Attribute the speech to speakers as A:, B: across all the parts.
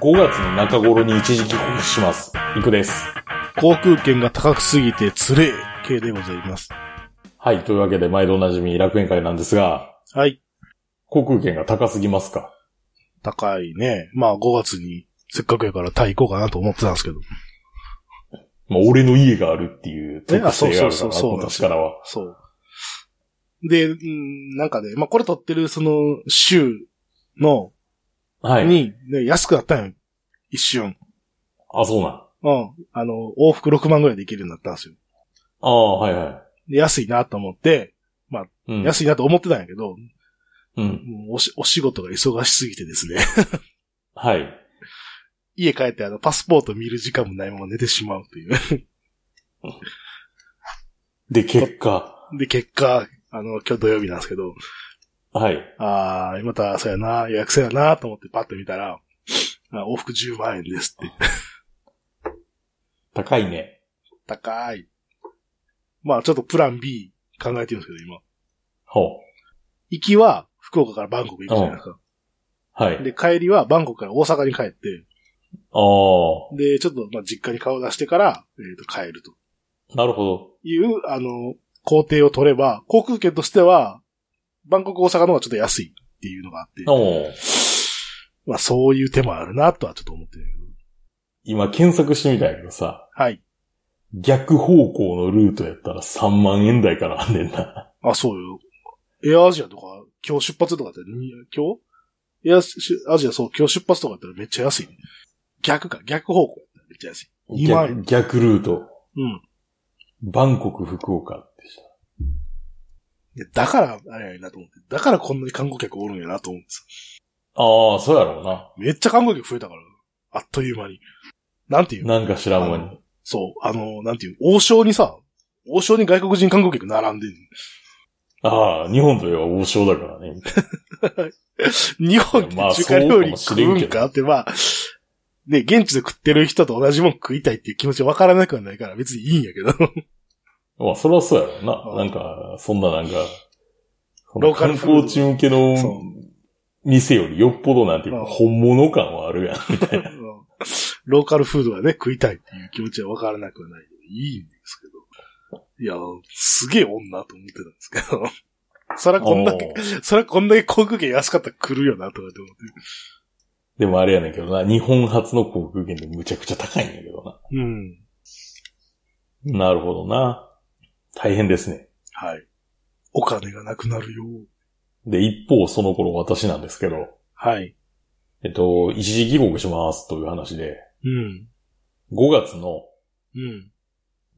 A: 5月の中頃に一時帰国します。行くです。
B: 航空券が高くすぎてつれえ系でございます。
A: はい。というわけで、毎度おなじみ楽園会なんですが、
B: はい。
A: 航空券が高すぎますか
B: 高いね。まあ5月にせっかくやからタイ行こうかなと思ってたんですけど。
A: まあ、俺の家があるっていう特性があるから
B: えあ
A: な、
B: そうそうそうそう
A: 今年からは。
B: そう。で、うんなんかね、まあこれ撮ってるその週の、
A: はい。
B: に、ね、安くなったんよ。一瞬。
A: あ、そうなん。あ
B: うん。あの、往復6万ぐらいで行けるようになったんですよ。
A: あ、はいは
B: で、安いなと思って、
A: い。うん。
B: 安いなと思ってたんやけど、
A: うん。
B: もうおしお仕事が忙しすぎてですね。
A: はい。
B: 家帰ってあの、パスポート見る時間もないまま寝てしまうという。
A: で、結果。
B: で、結果、あの、今日土曜日なんですけど、
A: はい。
B: あー、また、そうやな、予約せやな、と思ってパッと見たら、あ往復10万円ですって。
A: 高いね。
B: 高い。まあ、ちょっとプラン B 考えてるんですけど、今。
A: ほう。
B: 行きは、福岡からバンコク行くじゃないですか。
A: はい。
B: で、帰りは、バンコクから大阪に帰って、
A: ああ、
B: で、ちょっと、まあ、実家に顔を出してから、えっ、と、帰ると
A: なるほ
B: いう、あの、工程を取れば、航空券としては、バンコク大阪の方がちょっと安いっていうのがあって
A: ど。、おー
B: まあ、そういう手もあるな、とはちょっと思ってるけど。
A: 今検索してみたんやけどさ、
B: はい。
A: 逆方向のルートやったら3万円台からあんねんな。
B: あ、そうよ。エアアジアとか、今日出発とかだって、に今日エアしアジア、そう、今日出発とかだったらめっちゃ安い、逆か、逆方向やったらめっちゃ安い。2万円
A: 逆逆ルート。
B: うん。
A: バンコク、福岡でした。
B: いやだから、あれやなと思って。だからこんなに観光客おるんやなと思ってさ。
A: ああ、そうやろうな。
B: めっちゃ観光客増えたから。あっという間に。なんていうの
A: なんか知らん間に。
B: そう、あの、なんていう王将にさ、王将に外国人観光客並んでん
A: ああ、日本といえば王将だからね。
B: 日本で
A: まあ
B: 中華
A: そ
B: 料
A: うかも
B: 理
A: し
B: 食
A: れん
B: う
A: けど
B: んかって、まあ、ね、現地で食ってる人と同じもん食いたいっていう気持ちわからなくはないから別にいいんやけど。
A: まあ、それはそうやろう
B: うん
A: な。なんか、そんななんか、そ
B: ロ
A: の
B: ーカル
A: 観
B: フー
A: 光
B: ド
A: 地向けの
B: そう
A: 店よりよっぽどなんていう
B: うん
A: か、本物感はあるや ん。
B: ローカルフードがね、食いたいっていう気持ちはわからなくはない。いいんですけど。いや、すげえ女と思ってたんですけど。 そらこんだけ、
A: おー
B: そらこんだけ航空券安かったら来るよなとかって思って。
A: でもあれやねんけどな、日本初の航空券でむちゃくちゃ高いんやけどな。
B: うん。
A: なるほどな。大変ですね。
B: はい。お金がなくなるよ。
A: で、一方、その頃私なんですけど、
B: はい。
A: えっと、一時帰国しますという話で、
B: うん。
A: 5月の
B: うん。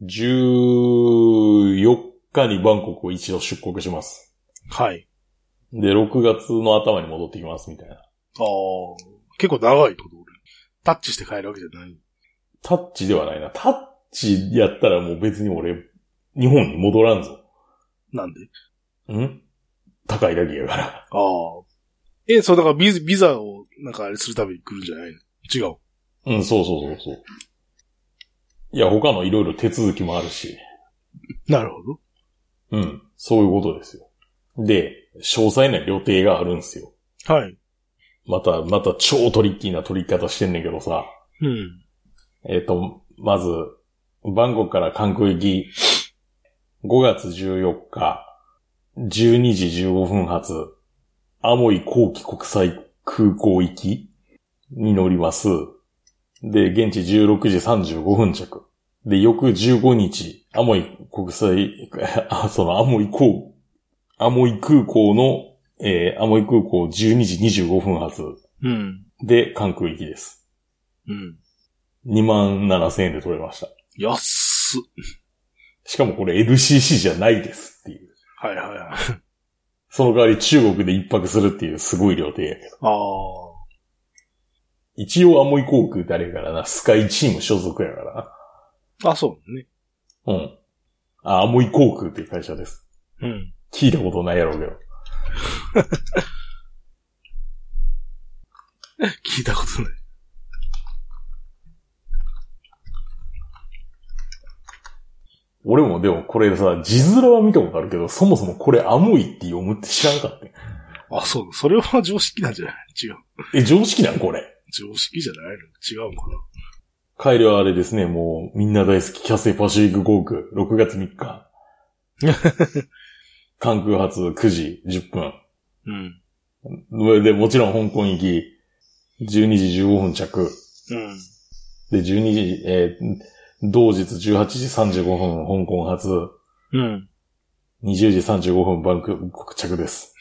A: 14日にバンコクを一度出国します。
B: はい。
A: で、6月の頭に戻ってきます、みたいな。
B: ああ。結構長いこと俺。タッチして帰るわけじゃない。
A: タッチではないな。タッチやったらもう別に俺、日本に戻らんぞ。
B: なんで
A: ん高いだけやから。
B: ああ。え、そう、だからビザビザを、なんかあれするために来るんじゃないの違う。
A: うん、そうそうそうそう。いや、他のいろいろ手続きもあるし。
B: なるほど。
A: うん。そういうことですよ。で、詳細な予定があるんですよ。
B: はい。
A: また、また超トリッキーな取り方してんねんけどさ。
B: うん。
A: えっ、と、まず、バンコクから韓国行き、5月14日、12時15分発、アモイ後期国際空港行きに乗ります。で、現地16時35分着。で、翌15日、アモイ国際、あそのアモイ港、アモイ空港の、えーアモイ空港12時25分発
B: うん。
A: で関空行きです。
B: うん。
A: 2万7000円で取れました。
B: 安っ。
A: しかもこれ LCC じゃないですっていう。
B: はいはいはい。
A: その代わり中国で一泊するっていうすごい料亭やけど。
B: ああ。
A: 一応アモイ航空ってあれやからな、スカイチーム所属やから
B: あ、そうね。
A: な。うん。あ、アモイ航空っていう会社です。
B: うん。
A: 聞いたことないやろうけど。
B: 聞いたことない。
A: 俺もでもこれさ、字面は見たことあるけど、そもそもこれアモイって読むって知らんかったよ。
B: あ、そう。それは常識なんじゃない違う。
A: え、常識なんこれ。
B: 常識じゃないの違うんかな。
A: 帰りはあれですね、もうみんな大好きキャセイパシフィック航空、6月3日。関空発9時10分。
B: うん。
A: で、もちろん香港行き、12時15分着。
B: うん。
A: で、12時、えー同日18時35分、香港発、
B: うん。
A: 20時35分、バンク着です。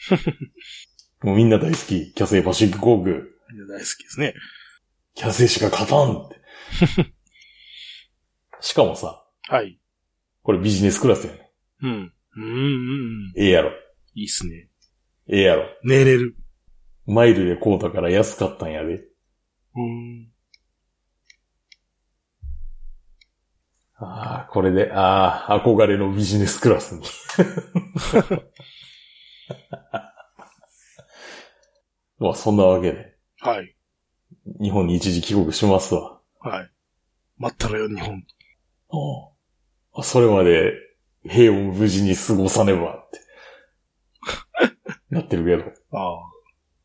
A: もうみんな大好き、キャセイパシフィック航空、
B: みんな大好きですね。
A: キャセイしか勝たんって。しかもさ、
B: はい。
A: これビジネスクラスやね。
B: うん。うんうんうん。
A: ええやろ。
B: いいっすね。
A: ええやろ。
B: 寝れる。
A: マイルでこうだから安かったんやで。
B: うん。
A: ああ、これで、ああ、憧れのビジネスクラスに。 まあ、そんなわけで、
B: はい。
A: 日本に一時帰国しますわ。
B: はい。待ったらよ、日本。
A: あそれまで、平穏無事に過ごさねばって。 なってるけど。
B: あ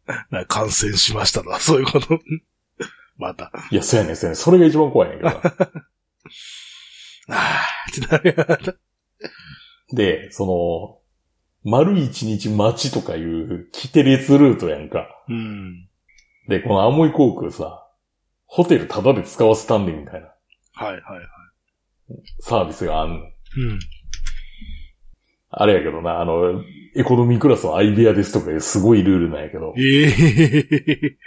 B: あ。 なんか感染しましたな、そういうこと。 また。
A: いや、そうやねん、そうやねん。それが一番怖いねんけどな。
B: ああ、ってなるやん
A: で、その、丸一日待ちとかいう、キテレツルートやんか。
B: うん。
A: で、このアモイ航空さ、ホテルタダで使わせたんでみたいな
B: はいはいはい。
A: サービスがあんの。
B: うん。
A: あれやけどな、あの、エコノミークラスは相部屋ですとかいうすごいルールなんやけど、
B: ええ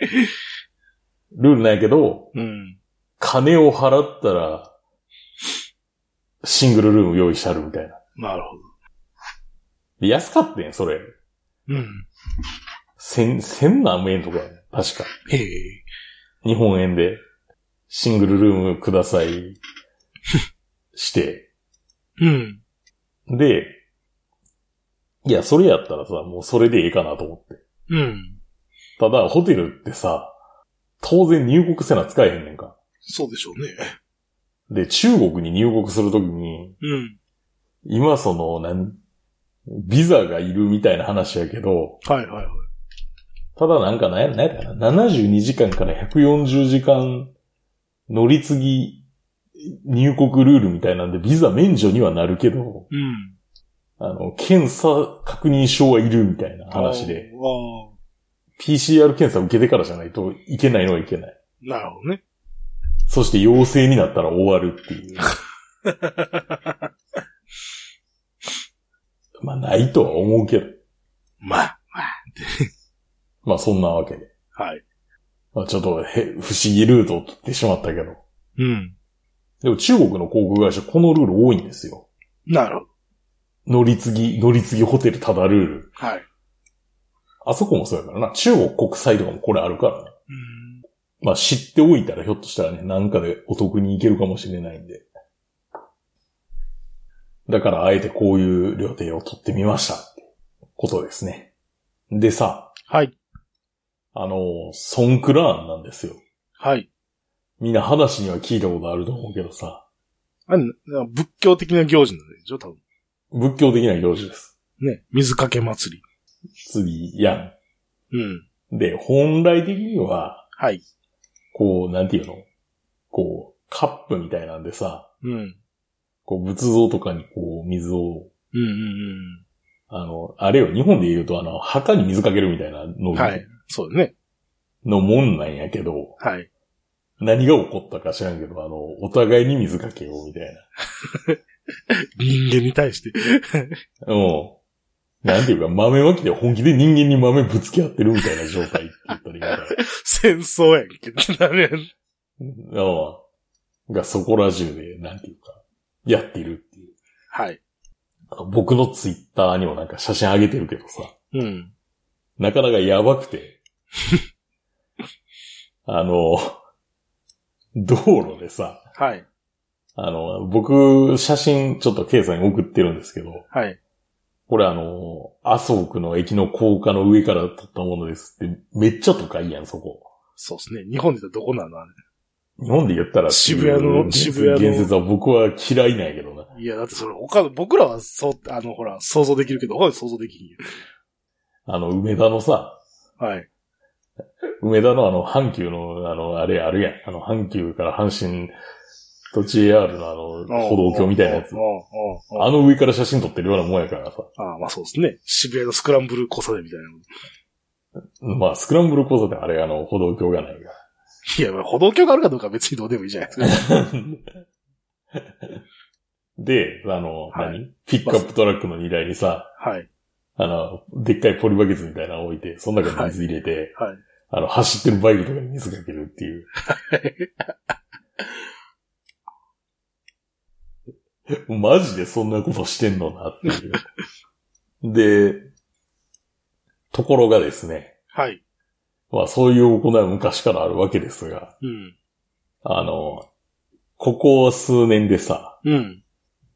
A: ルールなんやけど、
B: うん。
A: 金を払ったら、シングルルーム用意してあるみたいな。
B: なるほど。
A: で安かったんそれ。
B: うん。
A: 千、千何円とかやね確か。
B: へえ。
A: 日本円で、シングルルームくださ い。して。
B: うん。
A: で、いや、それやったらさ、もうそれでええかなと思って。
B: うん。
A: ただ、ホテルってさ、当然入国せな使えへんねんか。
B: そうでしょうね。
A: で、中国に入国するときに、
B: うん。
A: 今その、なん、ビザがいるみたいな話やけど、
B: はいはいはい。
A: ただなんかなんや、なんやったかな、72時間から140時間乗り継ぎ入国ルールみたいなんで、ビザ免除にはなるけど、
B: うん。
A: あの、検査確認証はいるみたいな話で、
B: ああ。
A: PCR 検査受けてからじゃないといけないのはいけない。
B: なるほどね。
A: そして陽性になったら終わるって いう。まあ、ないとは思うけど。
B: まあ。
A: まあ、そんなわけで。
B: はい。
A: まあ、ちょっとへ、不思議ルートを取ってしまったけど。
B: うん。
A: でも、中国の航空会社、このルール多いんですよ。
B: なるほど。
A: 乗り継ぎ、乗り継ぎホテルただルール。
B: はい。
A: あそこもそうやからな。中国国際とかもこれあるからね。
B: うん。
A: まあ、知っておいたら、ひょっとしたらね、なんかでお得に行けるかもしれないんで。だから、あえてこういう料亭を取ってみました。ってことですね。でさ、
B: はい。
A: あの、ソンクラーンなんですよ。
B: はい。
A: みんな話には聞いたことあると思うけどさ、
B: あれ、な仏教的な行事なんでしょ多分。
A: 仏教的な行事です。
B: ね。水かけ祭
A: 次、や
B: り。うん。
A: ん。で、本来的には、
B: はい。
A: こう、なんていうのこう、カップみたいなんでさ、
B: うん。うん
A: こう、仏像とかにこう、水を、
B: うん
A: あの、あれよ、日本で言うと、あの、墓に水かけるみたいなの、
B: うん。はい。そうだね。
A: のもんなんやけど、
B: はい。
A: 何が起こったか知らんけど、あの、お互いに水かけようみたい
B: 人間に対して。
A: な。うん。なんていうか、豆まきで本気で人間に豆ぶつけ合ってるみたいな状態って言ったらいいのか な。
B: 戦争やんけ。なるやん。
A: うん。がそこら中で、なんていうか、やってるっていう。
B: はい。
A: あの僕のツイッターにもなんか写真あげてるけどさ、
B: うん。
A: なかなかやばく て。あの、道路でさ、
B: はい。
A: あの、僕、写真ちょっとケイさんに送ってるんですけど、
B: はい。
A: これあの、麻生区の駅の高架の上から撮ったものですって、めっちゃ都会やん、そこ。
B: そうですね。日本で言ったらどこなのあ
A: 日本で言ったらっていう
B: 渋谷の渋谷の
A: 言説は僕は嫌いなんやけどな。
B: れ。いや、だってそれ他の、僕らはそう、あの、ほら、想像できるけど、他の想像できひんよ。
A: あの、梅田のさ、
B: はい。
A: 梅田のあの、阪急の、あの、あれあるやん。あの、阪急から阪神と JR のあの、歩道橋みたいなやつ
B: うん。うんうん
A: あの上から写真撮ってるようなもんやからさ。
B: ああ、まあそうですね。渋谷のスクランブル交差点みたいな。
A: まあ、スクランブル交差点あれ、あの、歩道橋がないか
B: いや、まあ歩道橋があるかどうかは別にどうでもいいじゃないで すか。
A: ら。で、あの、
B: はい
A: 何ピックアップトラックの荷台にさ、
B: はい。
A: あの、でっかいポリバケツみたいなの置いて、その中に水入れて、
B: はい。
A: あの、走ってるバイクとかに水かけるっていう。 マジでそんなことしてんのなっていう。で、ところがですね、
B: はい。
A: まあそういう行いは昔からあるわけですが、
B: うん。
A: あの、ここ数年でさ、
B: うん。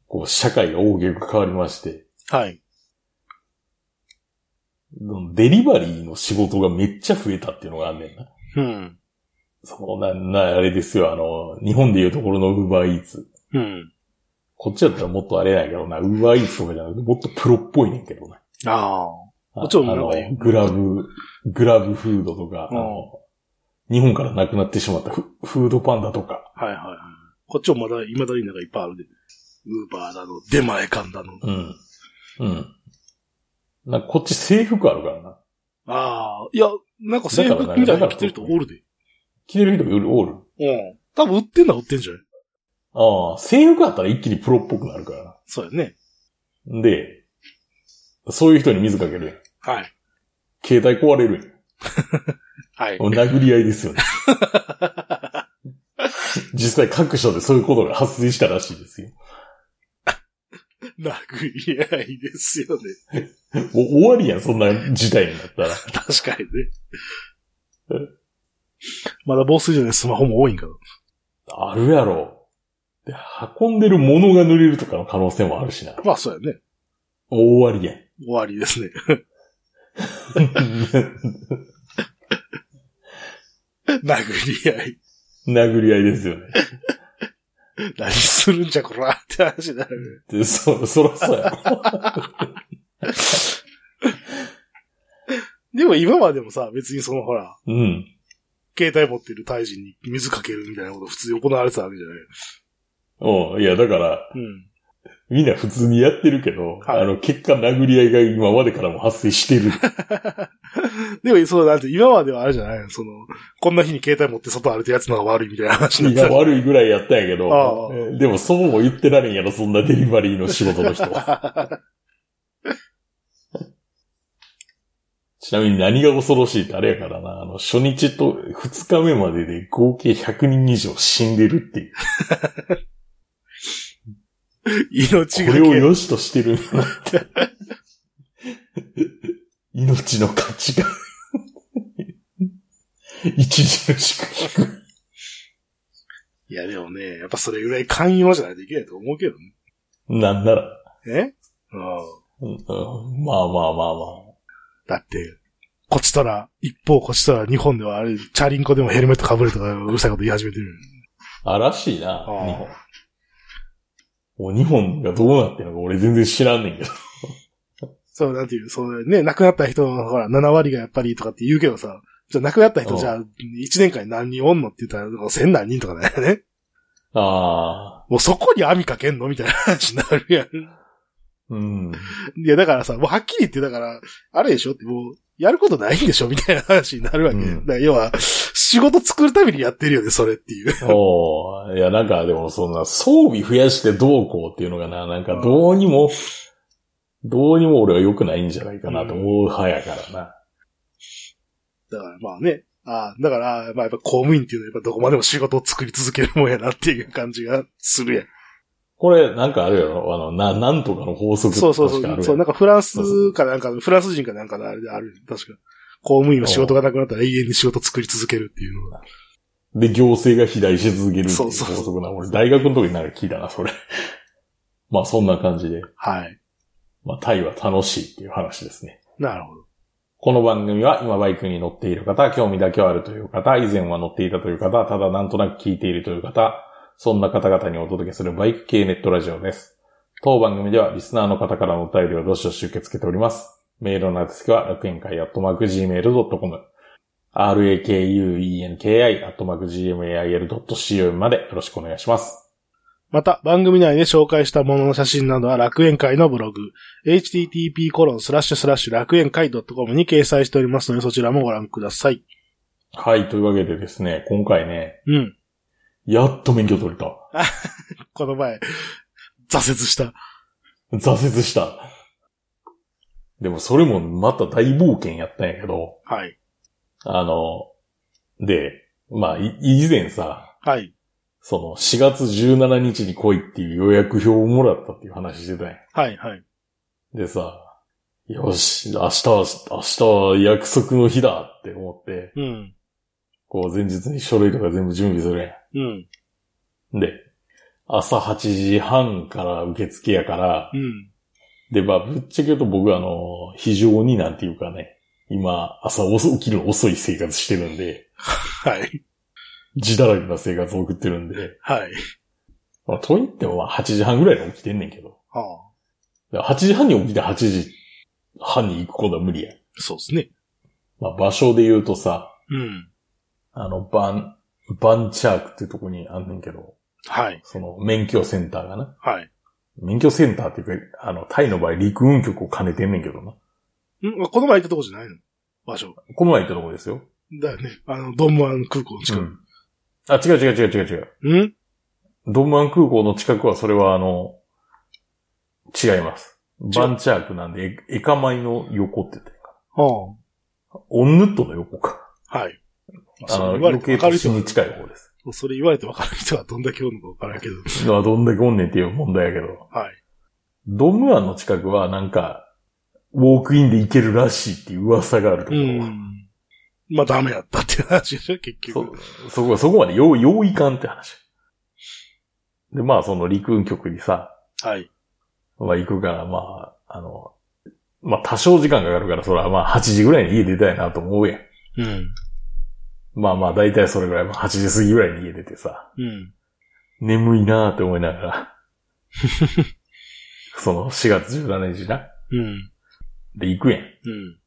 A: こう社会が大きく変わりまして、
B: はい。
A: デリバリーの仕事がめっちゃ増えたっていうのがあんねんな。
B: うん。
A: そのな、な、あれですよ、あの、日本でいうところのウーバーイーツ。
B: うん。
A: こっちだったらもっとあれやけどな、ウーバーイーツとかじゃなくて、もっとプロっぽいねんけどな。
B: ああ。
A: あ
B: こっちは
A: あ
B: なん
A: の
B: かね、
A: グラブ、グラブフードとか、
B: うん
A: あの、日本からなくなってしまったフフードパンダとか、
B: はいはいはい。こっちもまだ、未だになんかいっぱいあるで。ウーバーだの、出前館だの。
A: うん。うん。なんかこっち制服あるからな。
B: ああ、いや、なんか制服みたいなの着てる人おるで。
A: 着てる人がよりおる。
B: うん。多分売ってんのは売ってんじゃない
A: ああ、制服あったら一気にプロっぽくなるから
B: そうやね。
A: な。で、そういう人に水かけるやん。
B: はい。
A: 携帯壊れるやん。
B: はい。
A: もう殴り合いです よね。実際各所でそういうことが発生したらしいですよ。
B: 殴り合いですよね。
A: もう終わりやん、そんな事態になったら。
B: 確かにね。まだ防水じゃないスマホも多いんかな。
A: あるやろ。で、運んでるものが濡れるとかの可能性もあるしな。
B: まあそうやね。
A: もう終わりやん。
B: 終わり ですね。殴り合い。
A: 殴り合いですよね。
B: 何するんじゃこらって話になる。
A: で、そ、そらそうやろ。
B: でも今までもさ、別にそのほら、
A: うん。
B: 携帯持ってる大臣に水かけるみたいなこと普通に行われてたわけじゃない。
A: おういや、だから、
B: うん。
A: みんな普通にやってるけど、
B: はい
A: あの、結果殴り合いが今までからも発生してる。
B: でも、そう、なんて、今まではあれじゃないのその、こんな日に携帯持って外歩いてやつの方が悪いみたいな話に
A: い
B: なっ
A: や、
B: て
A: 悪いぐらいやったんやけど
B: あ、
A: でもそうも言ってられんやろ、そんなデリバリーの仕事の人。
B: た。
A: ちなみに何が恐ろしいってあれやからな、あの、初日と二日目までで合計100人以上死んでるっていう。
B: 命
A: こ
B: が
A: れを
B: け、
A: 良しとしてるんだなって。 命の価値が 著しく低い。
B: いや、でもね、やっぱそれぐらい寛容じゃないといけないと思うけどね。
A: なんなら、
B: えう
A: う
B: ん。
A: んうんまあまあまあまあ。
B: だって、こっちとら、一方こっちとら日本ではあれ、チャリンコでもヘルメット被るとかうるさいこと言い始めてる。
A: あ、らしいな、日
B: ああ
A: 本。もう日本がどうなってるのか俺全然知らんねんけど。
B: そう、なんていう、そうね、亡くなった人のほら、7割がやっぱりとかって言うけどさ、じゃあ亡くなった
A: う
B: 人
A: ん
B: じゃあ、1年間に何人おんのって言ったら、1000何人とかだよね。
A: ああ。
B: もうそこに網かけんのみたいな話になる やん。
A: うん。
B: いや、だからさ、もうはっきり言って、だから、あれでしょって、もう、やることないんでしょみたいな話になるわけ。
A: うん
B: だから要は、仕事作るためにやってるよね、それっていう。
A: おーいや、なんかでもそんな装備増やしてどうこうっていうのがな、なんかどうにも、どうにも俺は良くないんじゃないかなと思う派やからな。
B: だからまあね、ああだから、まあやっぱ公務員っていうのはやっぱどこまでも仕事を作り続けるもんやなっていう感じがするやん。
A: これ、なんかあるやろあの、な、なんとかの法則
B: そうそう
A: 確かある
B: そう。
A: や
B: そう、
A: ん
B: なんかフランスかなんかの、フランス人かなんかのあれである。確か。公務員は仕事がなくなったら永遠に仕事作り続けるっていうのが。
A: で、行政が肥大し続けるっていう
B: そう
A: 法
B: そう
A: 則な。俺、大学の時になんか聞いたな、それ。まあ、そんな感じで。
B: はい。
A: まあ、タイは楽しいっていう話ですね。
B: なるほど。
A: この番組は今バイクに乗っている方、興味だけはあるという方、以前は乗っていたという方、ただなんとなく聞いているという方、そんな方々にお届けするバイク系ネットラジオです。当番組ではリスナーの方からのお便りをどしどし受け付けております。メールの宛先は楽園会アットマーク Gmail.com。 rakuenki.gmail.co までよろしくお願いします。
B: また、番組内で紹介したものの写真などは楽園会のブログ、http:// 楽園会 .com に掲載しておりますので、そちらもご覧ください。
A: はい、というわけでですね、今回ね、
B: うん。
A: やっと免許取れた。
B: この前、挫折した。
A: 挫折した。でもそれもまた大冒険やったんやけど、
B: はい。
A: あの、で、まあ、い以前さ、
B: はい。
A: その4月17日に来いっていう予約表をもらったっていう話してたんや。
B: はい、はい。
A: でさ、よし、明日は、明日は約束の日だって思って、
B: うん。
A: こう前日に書類とか全部準備する
B: うん。
A: やん。で、朝8時半から受付やから
B: う、ん。
A: で、まあ、ぶっちゃけ言うと僕あの、非常になんていうかね、今、朝遅起きるの遅い生活してるんで、
B: はい。
A: 自堕落な生活を送ってるんで、
B: はい。
A: まあ、と言ってもまあ8時半ぐらいに起きてんねんけど。
B: はあ、
A: だから8時半に起きて8時半に行くことは無理や。
B: そうですね。
A: まあ場所で言うとさ、
B: うん。
A: あの、バン、バンチャークってとこにあんねんけど、
B: はい。
A: その免許センターがな。
B: はい。
A: 免許センターっていうか、あの、タイの場合陸運局を兼ねてんねんけどな。
B: んこの前行ったとこじゃないの場所。
A: この前行ったとこですよ。
B: だよね。あの、ドンムアン空港の近
A: う
B: く。
A: んあ、違う違う違う違う違う。
B: うん
A: ドンマン空港の近くはそれはあの、違います。バンチャークなんで、エエカマイの横って言ってるか。
B: は
A: オンヌットの横か。
B: あ、はい。
A: あ
B: そ
A: の、
B: れ言われ
A: 余
B: て
A: 計
B: 分か
A: 都
B: る
A: 市
B: 人
A: に近い方です。
B: は、それ言われて分かる人はどんだけおるのか分からんけど。
A: まあどんだけおんねんっていう問題やけど。
B: はい。
A: ドムアンの近くはなんか、ウォークインで行けるらしいっていう噂があるとこ
B: う
A: ろ。
B: ん。まあダメやったっていう話でしょ、結
A: そ
B: 局。
A: そこ、そこまで用、用意感って話。で、まあその陸運局にさ、
B: はい。
A: まあ行くから、まあ、あの、まあ多少時間かかるから、そらまあ8時ぐらいに家出たいなと思うやん。
B: うん。
A: まあまあ大体それぐらい、まあ8時過ぎぐらいに家出てさ。
B: うん。
A: 眠いなーって思いながら。その4月17日な。
B: うん。
A: で、行くやん。
B: うん。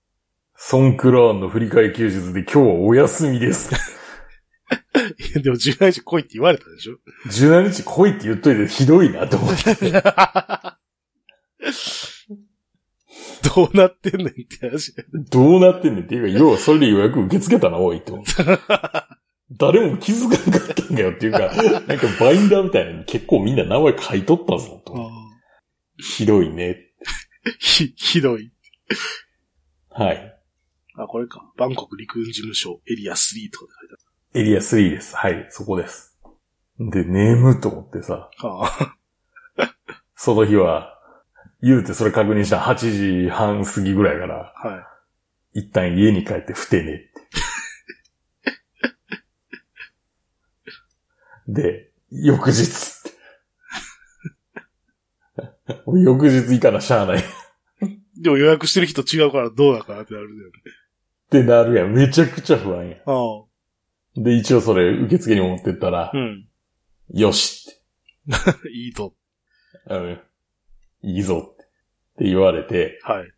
A: ソンクラーンの振り替え休日で今日はお休みです。
B: いやでも17日来いって言われたでしょ
A: 17日来いって言っといてひどいなって思って。
B: どうなってんねんって話。
A: どうなってんねんっていうか、要はそれで予約受け付けたな、おいって思って。誰も気づかなかったんだよっていうか、なんかバインダーみたいなのに結構みんな名前書いとったぞと思って。ひどいね。
B: ひ、ひどい。
A: はい。
B: あ、これか。バンコク陸軍事務所エリア3とかで
A: エリア3です。はい、そこです。で、ネームと思ってさ。
B: 書いてある。はあ。
A: その日は、言うてそれ確認したの8時半過ぎぐらいから、
B: はい。
A: 一旦家に帰ってふてね って。で、翌日 って。もう翌日行かなしゃあないっ
B: でも予約してる人違うからどうだかなってなるんだよね。
A: てなるやん。めちゃくちゃ不安や
B: あ
A: ん。で、一応それ受付に持ってったら
B: あ。う、ん。
A: よしっ
B: いいと。
A: て。うん。いいぞって。って言われて、
B: はい。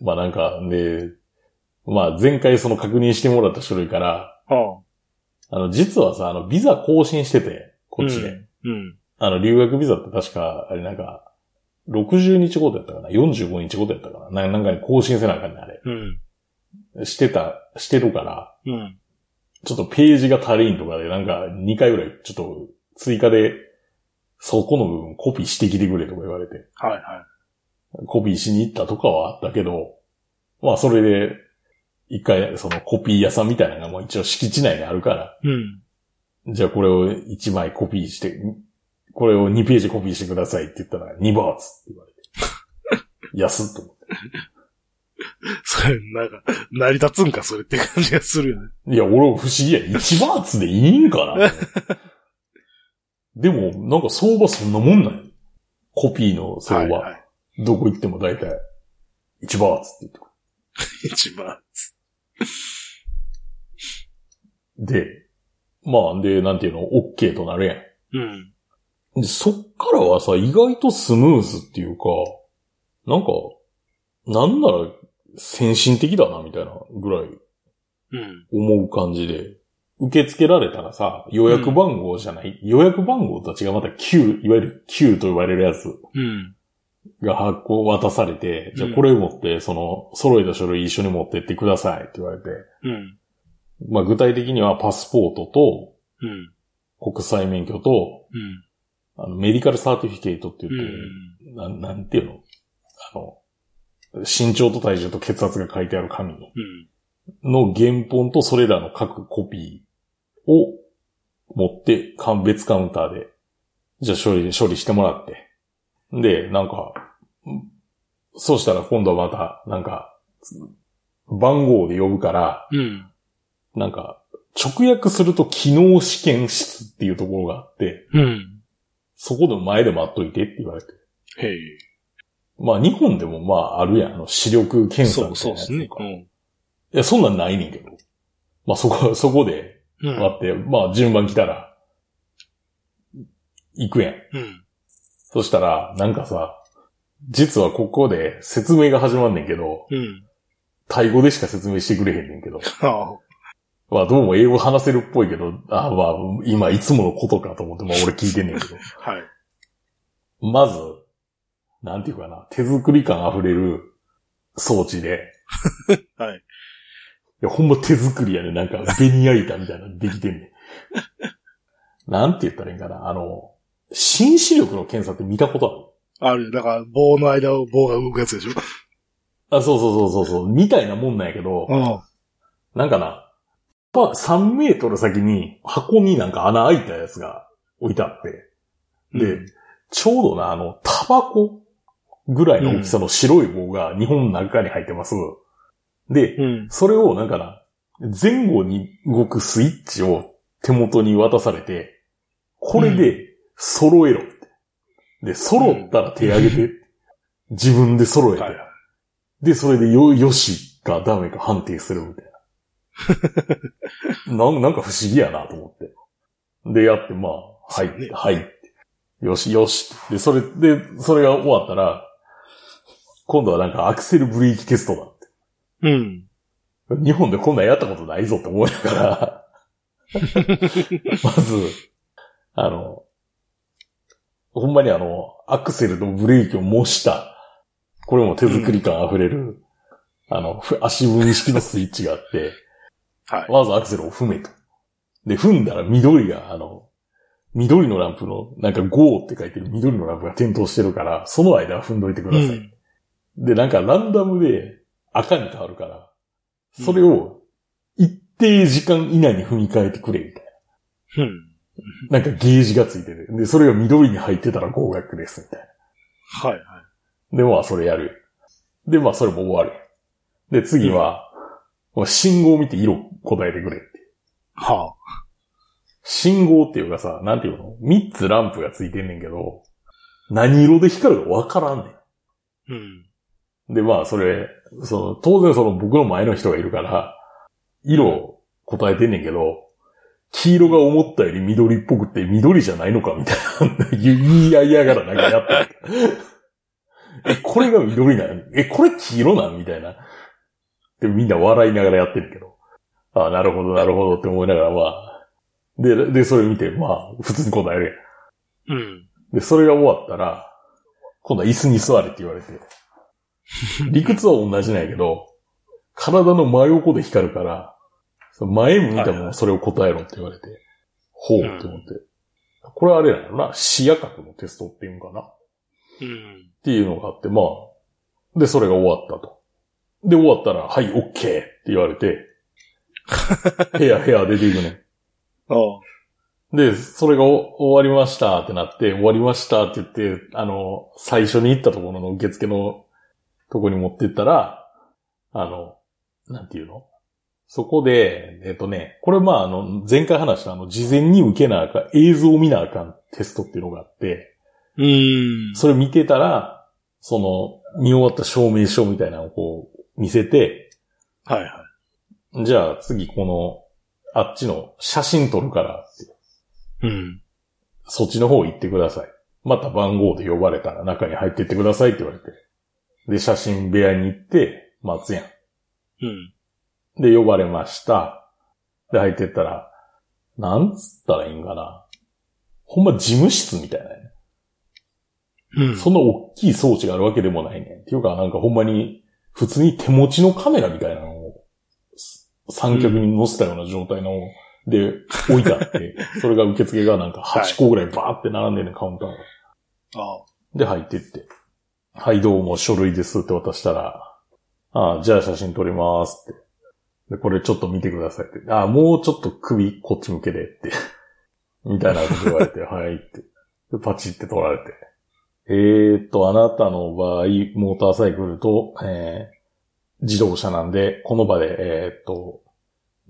A: まあなんか、で、まあ前回その確認してもらった書類から、
B: ああ。
A: あの、実はさ、あの、ビザ更新してて、こっちで。
B: うん。うん。
A: あの、留学ビザって確か、あれなんか、60日ごとやったかな ?45 日ごとやったかなななんかに更新せなあかんねんあ
B: うん。
A: れ。してた、してるから、
B: うん。
A: ちょっとページが足りんとかで、なんか2回ぐらい、ちょっと追加で、そこの部分コピーしてきてくれとか言われて、
B: はいは
A: コピーしに行ったとかはあったけど、まあそれで、一回、そのコピー屋さんみたいなのがもう一応敷地内にあるから、
B: い。うん。
A: じゃあこれを1枚コピーして、これを2ページコピーしてくださいって言ったら、2バーツって言われて。 安っと思っ
B: それ、なんか、成り立つんか、それって感じがするよね。
A: て。いや、俺も不思議や。1バーツでいいんかなでも、なんか相場そんなもんなんよコピーの相場。
B: はいはい。
A: どこ行っても大体、1バーツって言ってく
B: 一番。
A: る。で、まあ、で、なんていうの、OK となるやん。
B: うん。
A: で、そっからはさ、意外とスムーズっていうか、なんか、なんなら先進的だな、みたいなぐらい
B: うん。
A: 思う感じで、受け付けられたらさ、予約番号じゃない、予約番号たちがまた Q、いわゆる Q と言われるやつ
B: うん。
A: が発行、渡されて、じゃあ
B: うん
A: これ持って、その、揃えた書類一緒に持ってってくださいって言われて、
B: うん。
A: まあ具体的にはパスポートと、
B: うん。
A: 国際免許と、
B: うん。
A: あの、メディカルサーティフィケートって
B: う
A: 言って、
B: ん。
A: なん、なんていうのあの、身長と体重と血圧が書いてある紙
B: うん。
A: の原本とそれらの各コピーを持って、か別カウンターで、じゃあ処理、処理してもらって。で、なんか、んそうしたら今度はまた、なんか、番号で呼ぶから、
B: うん。
A: なんか、直訳すると機能試験室っていうところがあって、
B: うん。
A: そこで前で待っといてって言われて。
B: へい。
A: まあ日本でもまああるやん。あの視力検査
B: そ
A: み
B: う、
A: たい
B: そう
A: なや
B: で
A: つ
B: す
A: と
B: ね。
A: か。
B: うん。
A: いや、そんなんないねんけど。まあそこ、そこで
B: う
A: 待
B: ん。
A: って、まあ順番来たら、行くやん。
B: うん。
A: そしたら、なんかさ、実はここで説明が始まんねんけど、
B: うん。
A: タイ語でしか説明してくれへんねんけど。
B: あ
A: まあどうも英語話せるっぽいけど、あまあ今いつものことかと思って、まあ俺聞いてんねんけど。
B: あ。はい。
A: まず、なんていうかな、手作り感溢れる装置で、
B: はい。
A: いや、ほんま手作りやね。なんか、ベニヤ板みたいなのできてんねん。 なんて言ったらいいんかな。あの、新視力の検査って見たこと
B: あるよ。だから、棒の間を棒が動くやつでしょ。
A: あるあ、そうそうそうそうそう、みたいなもんなんやけど、
B: うん。
A: なんかな、まあ、3メートル先に箱になんか穴開いたやつが置いてあって、で、
B: うん
A: ちょうどな、あの、タバコぐらいの大きさの白い棒が日本の中に入ってます。で、
B: うん。
A: それをなんかな、前後に動くスイッチを手元に渡されて、これで揃えろって。で、揃ったら手上げて、自分で揃えて
B: はい。
A: で、それでよ、よしかダメか判定するみたい な。なんなんか不思議やなと思って。で、やって、まあ、はい
B: そうね、
A: はい。よし、よし。で、それ、で、それが終わったら、今度はなんかアクセルブレーキテストだ。
B: うん。
A: 日本でこんなんやったことないぞって思いながら、まず、あの、ほんまにあの、アクセルとブレーキを模した、これも手作り感溢れる、あの、ふ足踏み式のスイッチがあって、
B: はい。
A: まずアクセルを踏めと。で、踏んだら緑が、あの、緑のランプの、なんか GO って書いてる緑のランプが点灯してるから、その間は踏んどいてくだ
B: う
A: さい。
B: ん。
A: で、なんかランダムで赤に変わるから、それを一定時間以内に踏み替えてくれ、みたい
B: うん。
A: な。なんかゲージがついてる。で、それが緑に入ってたら合格です、みたい
B: はい、はい。
A: な。で、まあ、それやる。で、まあ、それも終わる。で、次は、信号を見て色答えてくれ。
B: は
A: 信号っていうかさ、なんていうの三つランプがついてんねんけど、何色で光るかわからんねん。
B: あ。うん。
A: で、まあ、それ、その、当然その僕の前の人がいるから、色を答えてんねんけど、黄色が思ったより緑っぽくて緑じゃないのかみたいな、言い合いやがらなんかやったり。 え、これが緑なんえ、これ黄色なんみたいな。で、みんな笑いながらやってるけど。あなるほど、なるほどって思いながら、まあ。で、で、それ見て、まあ、普通に答えるやん。
B: うん。
A: で、それが終わったら、今度は椅子に座れって言われ て。理屈は同じなんやけど、体の真横で光るから、その前向いた
B: はい
A: も
B: は
A: の
B: い
A: それを答えろって言われて、ほう
B: うん
A: って思って。これあれだよな、視野角のテストっていうんかなっ
B: うん。
A: ていうのがあって、まあ、で、それが終わったと。で、終わったら、はい、オッケーって言われて、 部屋、部屋出ていくねん。
B: ああ。
A: で、それがお終わりましたってなって、終わりましたって言って、あの、最初に行ったところの受付のとこに持ってったら、あの、なんていうのそこで、えっとね、これまああの、前回話したあの、事前に受けなあかん、映像を見なあかんテストっていうのがあって、
B: うん。
A: それ見てたら、その、見終わった証明書みたいなのをこう、見せて、
B: はい、は
A: じゃあ次この、あっちの写真撮るからって
B: い。うん。
A: そっちの方行ってください。また番号で呼ばれたら中に入ってってくださいって言われて。で、写真部屋に行って、待つやん。
B: うん。
A: で、呼ばれました。で、入ってったら、なんつったらいいんかな。ほんま事務室みたいなね、
B: うん。
A: そんな大きい装置があるわけでもないねん。っていうか、なんかほんまに、普通に手持ちのカメラみたいなのを、す三脚に乗せたような状態の、で、置いてあ って、それが受付がなんか8個ぐらいバーって並んでんねん、カウンターが。
B: ああ。
A: で、入ってって。はい、どうも、書類ですって渡したら、ああ、じゃあ写真撮りますって。で、これちょっと見てくださいって。ああ、もうちょっと首こっち向けでって。みたいなこと言われて、はいって。で、パチって撮られて。えーっと、あなたの場合、モーターサイクルと、えー、自動車なんで、この場で、えーっと、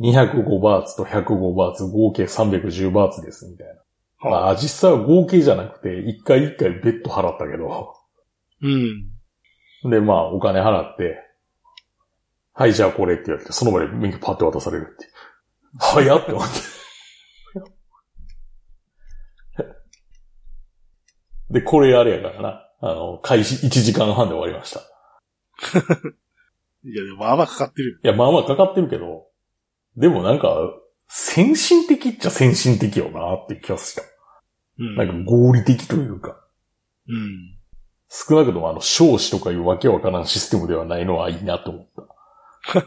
A: 205バーツと105バーツ、合計310バーツです、みたいな。まあ、実際は合計じゃなくて、一回一回別途払ったけど、
B: うん。
A: で、まあ、お金払って、はい、じゃあこれって言われて、その場で免許パッて渡されるって。早っって思って。 で、これあれやからな。あの、開始1時間半で終わりました。い
B: いや、でも、まあまあかかってるよ。
A: や、まあまあかかってるけど、でもなんか、先進的っちゃ先進的よなって気がした。
B: うん。
A: なんか合理的というか。
B: うん。
A: 少なくともあの、少子とかいうわけわからんシステムではないのはいいなと思った。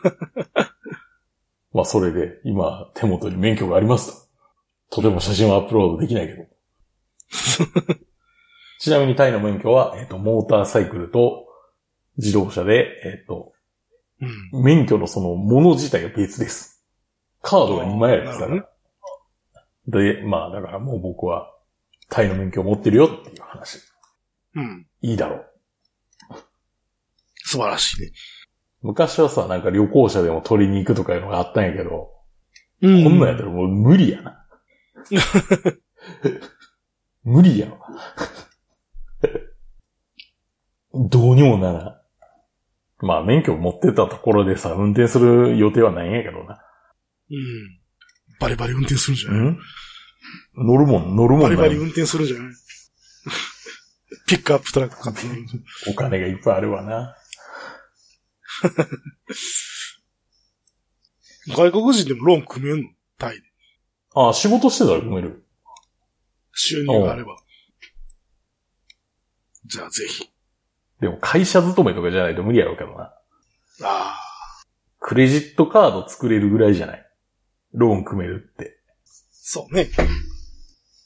A: まあ、それで、今、手元に免許がありますと。とても写真はアップロードできないけど。 ちなみにタイの免許は、えっ、と、モーターサイクルと自動車で、えっ、と、
B: うん。
A: 免許のそのもの自体が別です。カードが2枚ありますか
B: なる
A: ら。で、まあ、だからもう僕は、タイの免許を持ってるよっていう話。
B: うん。
A: いいだろう。
B: 素晴らしいね。
A: 昔はさ、なんか旅行者でも取りに行くとかいうのがあったんやけど、こ
B: う
A: んなんやったらもう無理やな。 無理やわ。どうにもならん。まあ免許持ってたところでさ、運転する予定はないんやけどな。
B: うん。バリバリ運転するんじゃない
A: ん乗るもん、乗るも
B: バ
A: ん
B: リ
A: な
B: バリ
A: い。
B: 運転するんじゃないピックアップトラック買って。
A: お金がいっぱいあるわな。
B: 外国人でもローン組めんのタイで。
A: あ、仕事してたら組める。
B: 収入があれば。じゃあぜひ。
A: でも会社勤めとかじゃないと無理やろうけどな。
B: ああ、
A: クレジットカード作れるぐらいじゃない。ローン組めるって。
B: そうね。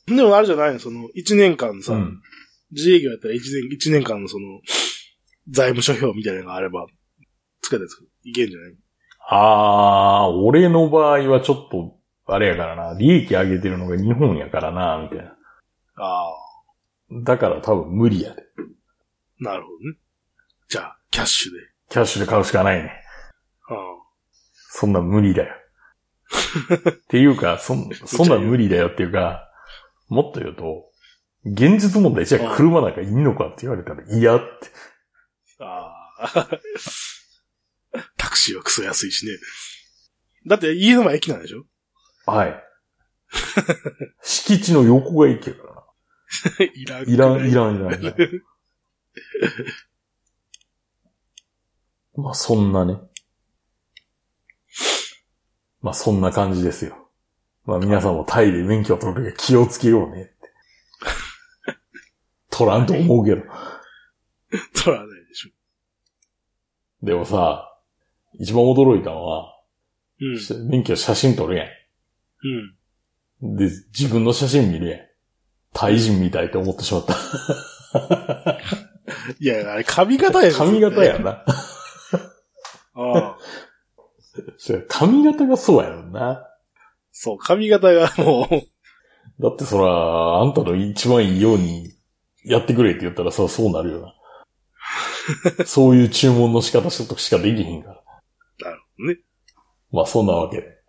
B: でもあれじゃないのその、1年間さ、
A: うん。
B: 自営業やったら1年、一年間のその、財務諸表みたいなのがあれば、使ったやついけんじゃない
A: あー、俺の場合はちょっと、あれやからな、利益上げてるのが日本やからな、みたい
B: ああ、
A: な。だから多分無理やで。
B: なるほどね。じゃあ、キャッシュで。
A: キャッシュで買うしかないね。
B: ああ、
A: そんなん無理だ よ。っていうか、そん、そんなん無理だよっていうか、もっと言うと、現実問題、じゃあ車なんかいいのかって言われたら嫌って。
B: ああ。 タクシーはクソ安いしね。だって家の前駅なんでしょ
A: はい。敷地の横がいいけどな。
B: いらん。
A: いらん、いらん、いらんいらん。まあそんなね。まあそんな感じですよ。まあ皆さんもタイで免許を取るときは気をつけようねって。取らんと思うけど。
B: 取らないでしょ。
A: でもさ、一番驚いたのは、
B: う
A: 免許写真撮るや
B: ん。うん。
A: ん。で、自分の写真見るやん。タイ人みたいって思ってしまった。
B: いや、あれ髪型やでしょ
A: 髪型や。な。
B: ああ。
A: そう髪型がそうやろな。
B: そう、髪型がもう、
A: だってそら、あんたの一番いいようにやってくれって言ったらさ、そうなるよ な。そういう注文の仕方しとしかできひんから。
B: なるほどね。
A: まあそんなわけで。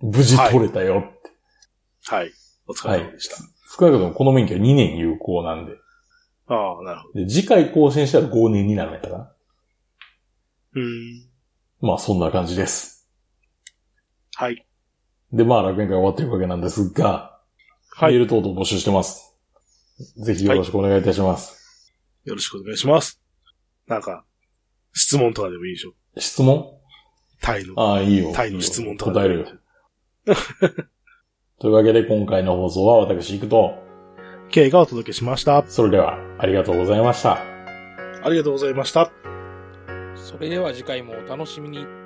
A: 無事取れたよって。
B: はい。お疲れ様でした。
A: 少なくともこの免許は2年有効なんで。
B: ああ、なるほど。
A: で、次回更新したら5年になるんやったかな。
B: うん。
A: まあそんな感じです。
B: はい。
A: で、まあ楽園会終わってるわけなんですが、
B: はい
A: メール等々募集してます。ぜひよろしくお願いいたします。
B: よろしくお願いします。なんか、質問とかでもいいでしょ。
A: 質問
B: タイの、
A: ああ、いいよ。
B: タイの質問とか。
A: 答えるよ。というわけで今回の放送は私行くと、
B: K がお届けしました。
A: それではありがとうございました。
B: ありがとうございました。
C: それでは次回もお楽しみに。